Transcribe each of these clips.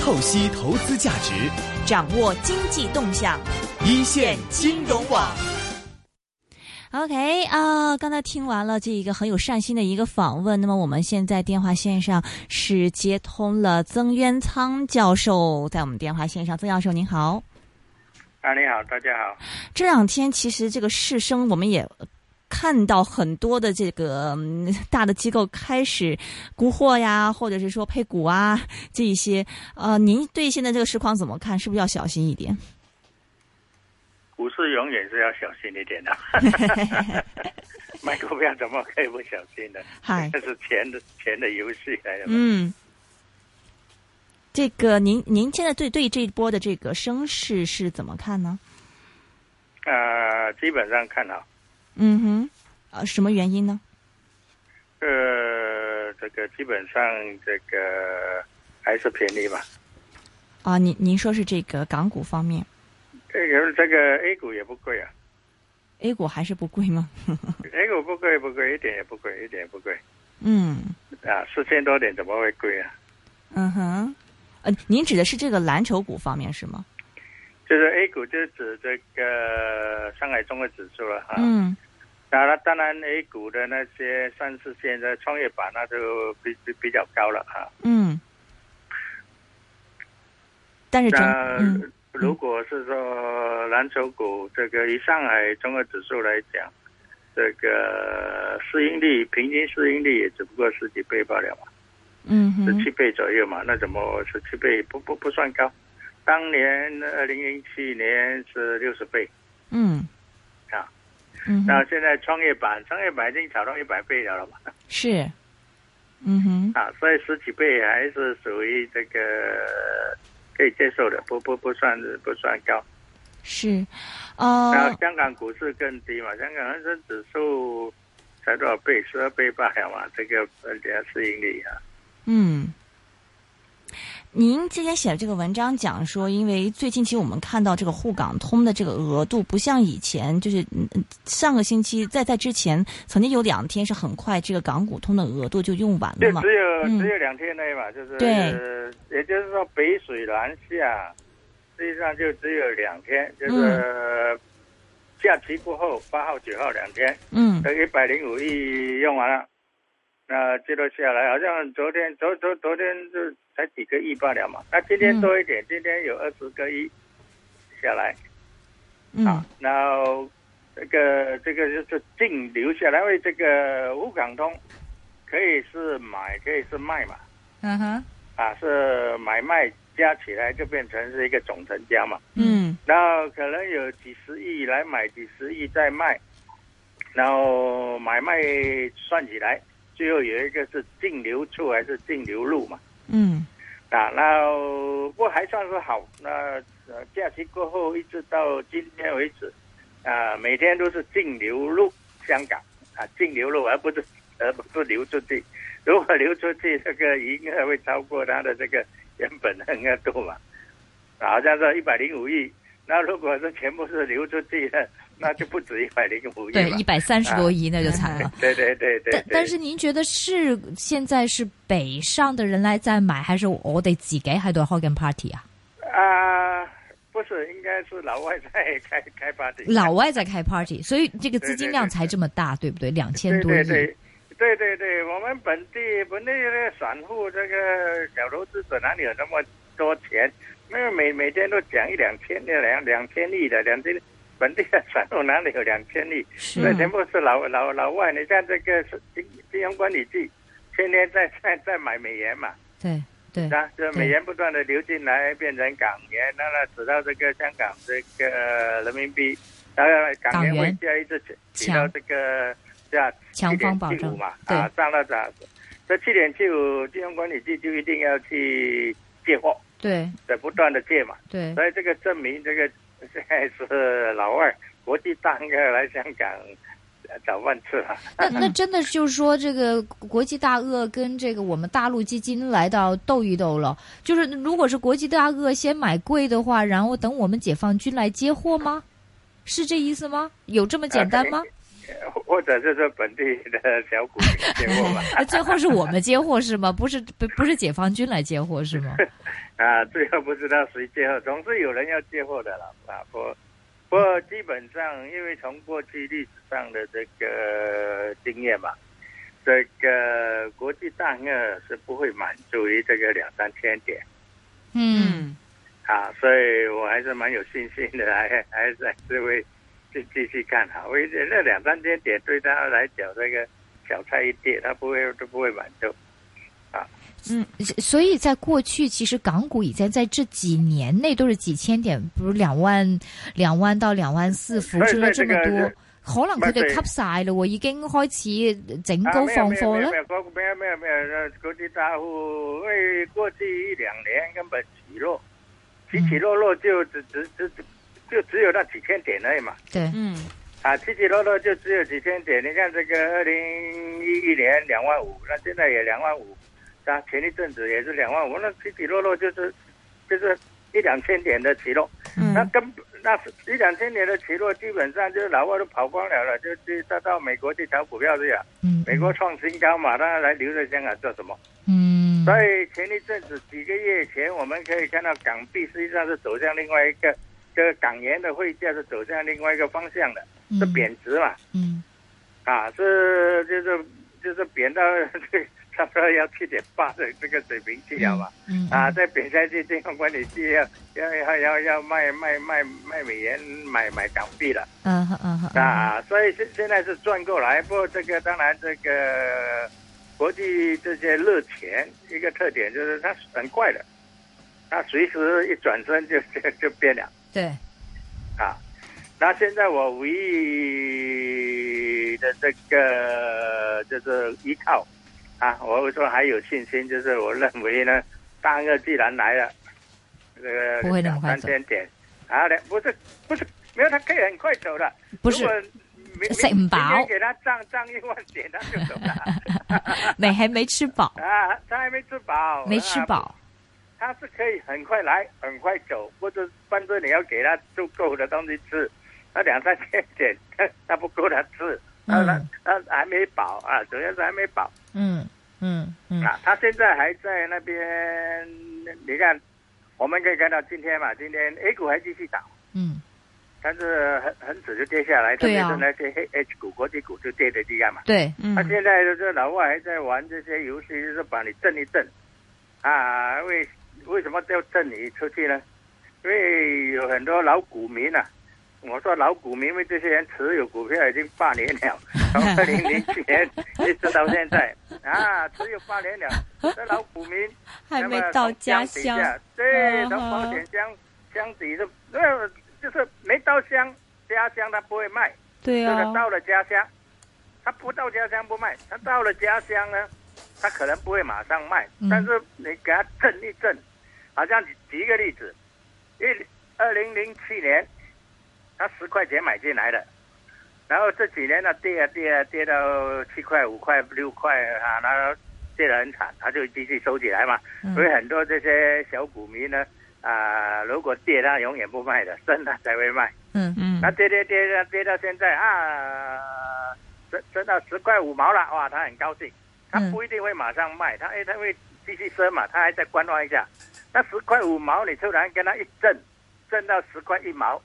透析投资价值，掌握经济动向，一线金融网。 OK 啊、刚才听完了这一个很有善心的一个访问，那么我们现在电话线上是接通了曾渊仓教授，在我们电话线上，曾教授您好。啊，你好，大家好。这两天其实这个市升，我们也看到很多的这个、嗯大的机构开始沽货呀，或者是说配股啊这一些。呃，您对现在这个市况怎么看？是不是要小心一点？ 股市永远是要小心一 点的，买股票怎么可以不小心呢？嗨 这是钱的钱的游戏来的嘛。嗯，这个您您现在对对这一波的这个升势是怎么看呢？啊，基本上看好，嗯哼，呃，什么原因呢？呃，这个基本上这个还是便宜吧。啊，您您说是这个港股方面这个这个 A 股也不贵啊，A 股还是不贵吗？ ，A 股不贵不贵，一点也不贵，一点也不贵嗯啊，四千多点怎么会贵啊？嗯哼，呃，您指的是这个蓝筹股方面是吗？就是 A 股就是指这个上海综合指数了哈。嗯那那当然，A 股的那些三四线的创业板，那就比比比较高了啊。嗯，但是整那嗯如果是说蓝筹股，这个以上海综合指数来讲，这个市盈率平均市盈率也只不过十几倍罢了嘛，嗯十哼七倍左右嘛，那怎么十七倍不不不算高？当年呃二零零七年是六十倍，嗯啊嗯那哼现在创业板创业板已经炒到一百倍了了嘛。是嗯哼啊，所以十几倍还是属于这个可以接受的，不不不算不算高。是然呃后香港股市更低嘛，香港恒生指数才多少倍，十二倍罢了嘛，这个呃，人家市盈率啊。嗯。您之前写的这个文章讲说，因为最近其实我们看到这个沪港通的这个额度不像以前，就是嗯嗯上个星期在在之前曾经有两天是很快这个港股通的额度就用完了就嘛，只有、嗯只有两天内嘛，就是对呃也就是说北水南下，实际上就只有两天，就是、假期过后八号九号两天，嗯这一百零五亿用完了，那记录下来，好像昨天昨昨昨天就才几个亿罢了嘛。那今天多一点，今天有二十个亿下来嗯啊。然后这个这个就是净留下来，因为这个沪港通可以是买，可以是卖嘛，嗯哼啊，是买卖加起来就变成是一个总成交嘛。嗯然后可能有几十亿来买，几十亿再卖，然后买卖算起来，最后有一个是净流出还是净流入嘛？嗯啊，然后不过还算是好。那呃，假期过后一直到今天为止，啊，每天都是净流入香港啊，净流入而不是而不是流出去。如果流出去，这个营业会超过它的这个原本的额度嘛？ 啊好像是一百零五亿。那如果是全部是流出去的，那就不止一百零五亿对，了一。百三十多亿那就惨了。 对对对对对但但是您觉得是现在是北上的人来在买，还是我哋自己喺度開緊 party 啊？啊，不是，应该是老外在开开发的。老外在開 party，所以这个资金量才这么大，对不对？两千对多亿。对对，对对对，我们本地本地的散户这个小投资者哪里有那么多钱？没有每每天都讲一两千两两千亿的两千，本地的散户哪里有两千亿？是那全部是老老老外。你看这个是金金融管理局，天天在 在在买美元嘛，对对啊，这对美元不断的流进来，变成港元，那那直到这个香港这个呃人民币，然后港元汇港元价一直起起到强这个价强方保7.75证嘛，对啊，上到涨，这七点七五金融管理局就一定要去借货，对在不断的借嘛，对所以这个证明这个现在是老二国际大鳄来香港呃找饭吃了。那那嗯真的就是说，这个国际大鳄跟这个我们大陆基金来到斗一斗了。就是如果是国际大鳄先买贵的话，啊然后等我们解放军来接货吗？是这意思吗？有这么简单吗？或或者是说本地的小股民接货吧。那啊最后是我们接货是吗？不是不不是解放军来接货 是吗？啊，最后不知道谁接货，总是有人要接货的了啊。不过，不过基本上，因为从过去历史上的这个经验嘛，这个国际大鳄是不会满足于这个两三千点嗯，啊，所以我还是蛮有信心的，还还是还是会继继续看好。我觉得那两三千点对他来讲，这个小菜一碟，他不会都不会满足。嗯所以在过去，其实港股以前在这几年内都是几千点，比如兩萬兩萬到兩萬四浮出所咗這以所以這個麼就多，可能佢哋吸晒咯，已經開始整高放貨啊咧没。有没有没有没有没有没有没有国际大户，因为过去一两年根本起落，起起落落就只只只只就只有那几千点而已嘛。對，嗯啊，起起落落就只有几千点。你看这个二零一一年两万五，那现在也两万五，啊，前一阵子也是两万五，那起起落落就是就是一两千点的起落，嗯那根本那是一两千点的起落，基本上就是老外都跑光了了，就去到到美国去炒股票去了。嗯，美国创新高嘛，他来留在香港做什么？嗯，所以前一阵子几个月前，我们可以看到港币实际上是走向另外一个，这个港元的汇价是走向另外一个方向的，是贬值嘛，嗯，啊，是就是就是贬到差不多要七点八的这个水平去了嘛，嗯，嗯，啊，再贬下去，金融管理局要要要要要卖卖卖卖美元买买港币了。嗯哼嗯哼，啊，所以现现在是转过来，不过这个当然这个国际这些热钱一个特点就是它很快的，它随时一转身就就就变了对，啊。那现在我唯一的这个就是依靠啊，我会说还有信心，就是我认为呢，大鳄既然来了，这个不会那两么快三走千点啊，两不是不是没有，它可以很快走的。不是如果明食唔飽明天给他涨涨一万点，他就 走了美还没吃饱， 啊！他还没吃饱，没吃啊，饱，他是可以很快来，很快走，或者反正你要给他足够的东西吃，那两三千点 他不够他吃，他他嗯他还没饱啊，主要是还没饱嗯嗯嗯啊，他现在还在那边，你看，我们可以看到今天嘛，今天 A 股还继续涨。嗯，但是很很早就跌下来，特对别啊是那些 H H 股、国际股就跌的这样嘛。对，嗯他、现在这老外还在玩这些游戏，就是把你震一震，啊，为为什么要震你出去呢？因为有很多老股民啊，我说老股民，因为这些人持有股票已经八年 了，从二零零七年一直到现在啊，持有八年了，这老股民还没到家乡那么从底下，对，嗯从保险箱箱底的，呃，就是没到乡家乡他不会卖，对就是啊，到了家乡，他不到家乡不卖，他到了家乡呢，他可能不会马上卖，嗯但是你给他震一震，好像举一个例子，一二零零七年，他十块钱买进来的。然后这几年呢，跌啊跌啊跌到七块、五块、六块啊，然后跌得很惨，他就继续收起来嘛。嗯所以很多这些小股民呢，啊、如果跌他永远不卖的，升他才会卖。嗯嗯那跌跌跌跌跌到现在啊，升升到十块五毛了，哇，他很高兴，他嗯不一定会马上卖，他哎他会继续升嘛，他还在观望一下。那十块五毛，你突然跟他一震，震到十块一毛，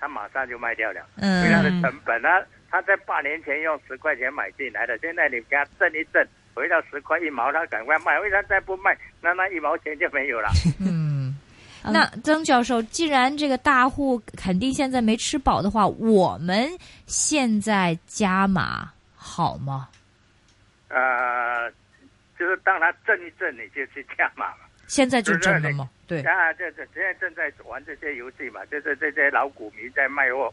他马上就卖掉了，因为他嗯的成本呢，他在八年前用十块钱买进来的，现在你给他震一震，回到十块一毛，他赶快卖，为啥再不卖，那那一毛钱就没有了。 嗯。那曾教授，既然这个大户肯定现在没吃饱的话，我们现在加码好吗？呃，就是当他震一震，你就去加码嘛。现在就挣了吗？对，啊，这这现在正在玩这些游戏嘛，就是这些老股民在卖货，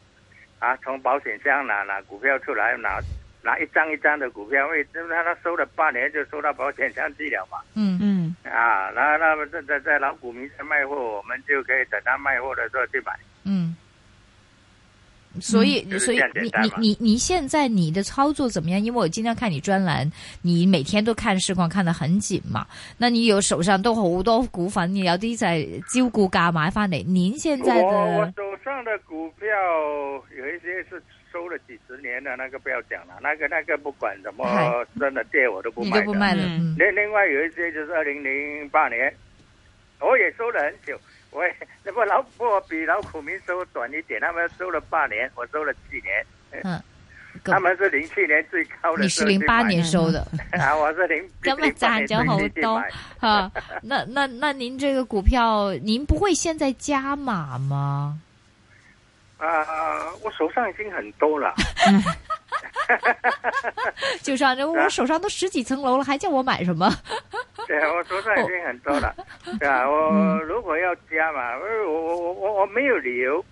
啊，从保险箱拿拿股票出来，拿拿一张一张的股票，因为就是他他收了八年就收到保险箱去了嘛，嗯嗯啊，然后那么这这这老股民在卖货，我们就可以等他卖货的时候去买。嗯。所以，嗯就是所以这样简你单你嘛你你现在你的操作怎么样？因为我经常看你专栏，你每天都看市况看得很紧嘛。那你有手上都好多股份，你有啲就係招股價買翻嚟。您現在我我的手上的股票有一些是收了几十年的那个不要讲了，那个那个不管什么嗨，真的借我都不你卖都的不。卖了，嗯嗯另另外有一些就是二零零八年，我也收了很久，我也 那么老我比老股民收短一点，他们收了八年，我收了七年， 嗯，够他们是零七年最高的你时是候去买的，零八年收的啊，我 是零咱们攒着好多啊，那那那您这个股票，您不会现在加码吗？啊，我手上已经很多 了，就像这，我啊手上都十几层楼了，还叫我买什么？对，啊我手上已经很多了，对啊，我嗯如果要加嘛，我我我我我没有理由，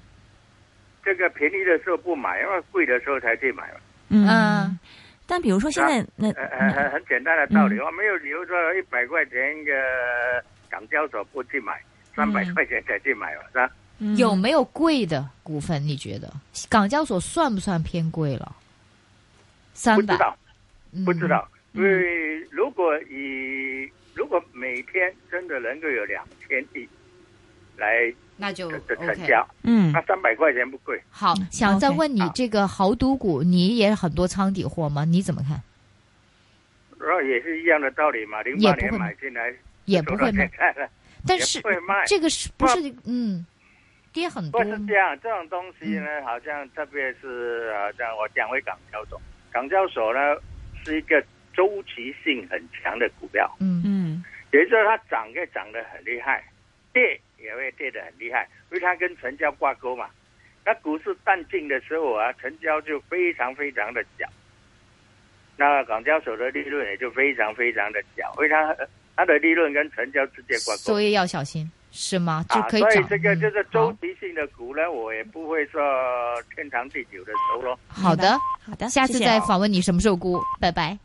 这个便宜的时候不买，因为贵的时候才去买嘛。嗯嗯，但比如说现在那呃呃，很很简单的道理，我没有理由说一百块钱的港交所不去买，嗯三百块钱才去买嘛，是吧？嗯有没有贵的股份？你觉得港交所算不算偏贵了？不三知百，道，嗯不知。道，因嗯为如果以如果每天真的能够有两千亿来那就的的成哦 OK。交，嗯那三百块钱不贵。好，嗯想再 OK 问你好这个豪赌股，你也很多仓底货吗？你怎么看？然后也是一样的道理嘛，零也八不会年买买进来也不会卖，看了，但也是不会卖。这个是不是嗯跌很不多过是这样，这种东西呢，嗯好像特别是好像我讲回港交所，港交所呢是一个周期性很强的股票，嗯嗯也就是说它涨也涨得很厉害，跌也会跌得很厉害，因为它跟成交挂钩嘛。那股市淡静的时候啊，成交就非常非常的小，那港交所的利润也就非常非常的小，因为它它的利润跟成交直接挂钩。所以要小心是吗？就啊，可以所以涨。这个就是嗯周期性的股呢，我也不会说天长地久的熟咯。好好的，好的，下次谢谢啊哦再访问你什么时候估，拜拜。